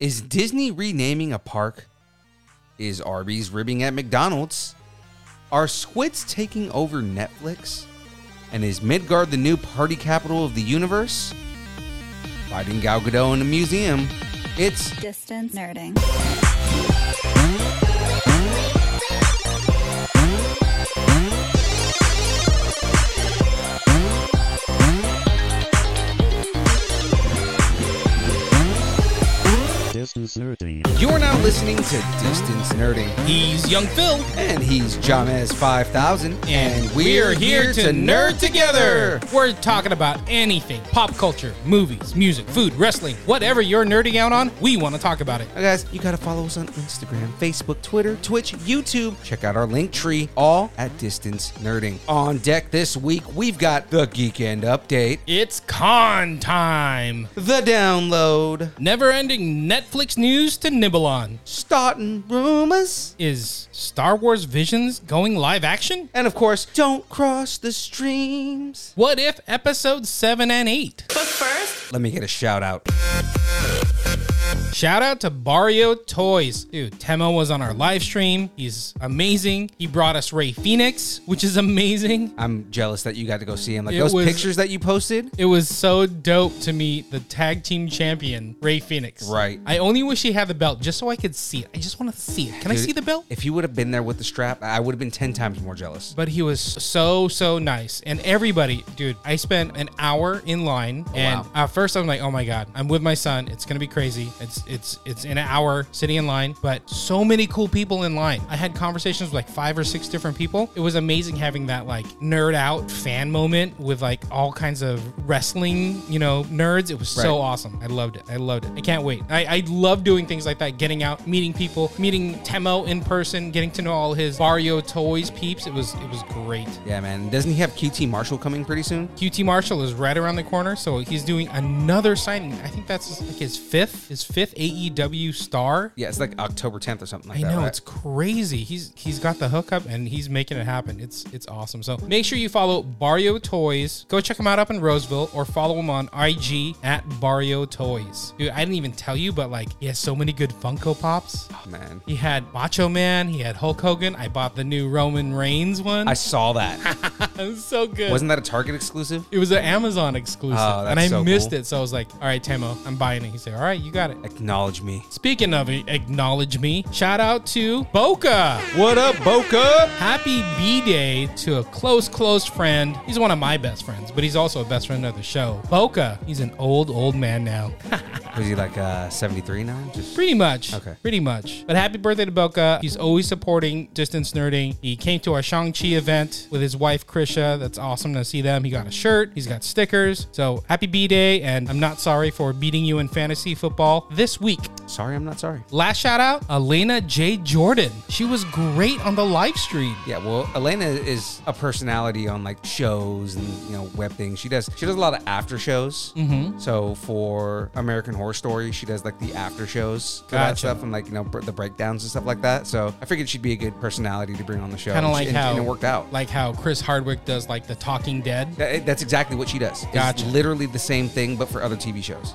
Is Disney renaming a park? Is Arby's ribbing at McDonald's? Are squids taking over Netflix? And is Midgard the new party capital of the universe? Fighting Gal Gadot in a museum. It's Distance nerding. Distance nerdy. you're now listening to Distance Nerding. He's Young Phil. And he's John S. 5000. And we're here to nerd together. We're talking about anything pop culture, movies, music, food, wrestling, whatever you're nerding out on, we want to talk about it. Now, guys, you got to follow us on Instagram, Facebook, Twitter, Twitch, YouTube. Check out our link tree, all at Distance Nerding. On deck this week, we've got the Geek End Update, It's con time. the download, Never ending Netflix news to nibble on. starting rumors, Is Star Wars Visions going live action? and of course, don't cross the streams. What if episodes 7 and 8? Let me get a shout out. Shout out to Barrio Toys. Dude, Temo was on our live stream. He's amazing. He brought us Ray Phoenix, which is amazing. I'm jealous that you got to go see him. Like It those was- pictures that you posted. It was so dope to meet the tag team champion, Ray Phoenix. Right. I only wish he had the belt just so I could see it. I just want to see it. Can I Dude, see the belt? If you would have been there with the strap, I would have been 10 times more jealous. But he was so, so nice. And everybody, dude, I spent an hour in line. and wow. at first I'm like, oh my God, I'm with my son. It's gonna be crazy. It's it's it's in an hour sitting in line, but so many cool people in line. I had conversations with like five or six different people. It was amazing having that like nerd out fan moment with like all kinds of wrestling, you know, nerds. It was so Right. awesome. I loved it. I loved it. I can't wait. I, I love doing things like that, getting out, meeting people, meeting Temo in person, getting to know all his Barrio toys peeps. It was it was great. Yeah, man. Doesn't he have QT Marshall coming pretty soon? QT Marshall is right around the corner, so he's doing another signing. I think that's like his fifth, his fifth AEW star. Yeah, it's like October 10th or something like I that. know right? it's crazy. He's he's got the hookup and he's making it happen. It's it's awesome. So make sure you follow Barrio Toys. Go check him out up in Roseville or follow him on IG at Barrio Toys. Dude, I didn't even tell you, but like he has so many good Funko Pops. Oh, man. He had Macho Man. He had Hulk Hogan. I bought the new Roman Reigns one. I saw that. it was so good. Wasn't that a Target exclusive? It was an Amazon exclusive, Oh, that's and I so missed cool. it. So I was like, "All right, Tamo, I'm buying it." He said, "All right, you got it." Acknowledge me. Speaking of it, acknowledge me, shout out to Boca. What up, Boca? Happy B Day to a close, close friend. He's one of my best friends, but he's also a best friend of the show. Boca, he's an old, old man now. Was he like uh, 73 now? Just Pretty much. Okay. Pretty much. But happy birthday to Boca. He's always supporting distance nerding. He came to our Shang-Chi event with his wife, Krisha. That's awesome to see them. He got a shirt, he's got stickers. So happy B Day, and I'm not sorry for beating you in fantasy football this week. sorry, I'm not sorry. Last shout out, Elena J. Jordan. She was great on the live stream. Yeah, well, Elena is a personality on like shows and you know web things. She does she does a lot of after shows. Mm-hmm. So for American Horror Story, she does like the after shows for that Gotcha. stuff and like you know br- the breakdowns and stuff like that. So I figured she'd be a good personality to bring on the show. Kind of And she- like and- how and it worked out. Like how Chris Hardwick does like the Talking Dead. That- that's exactly what she does. It's Gotcha. literally the same thing but for other TV shows.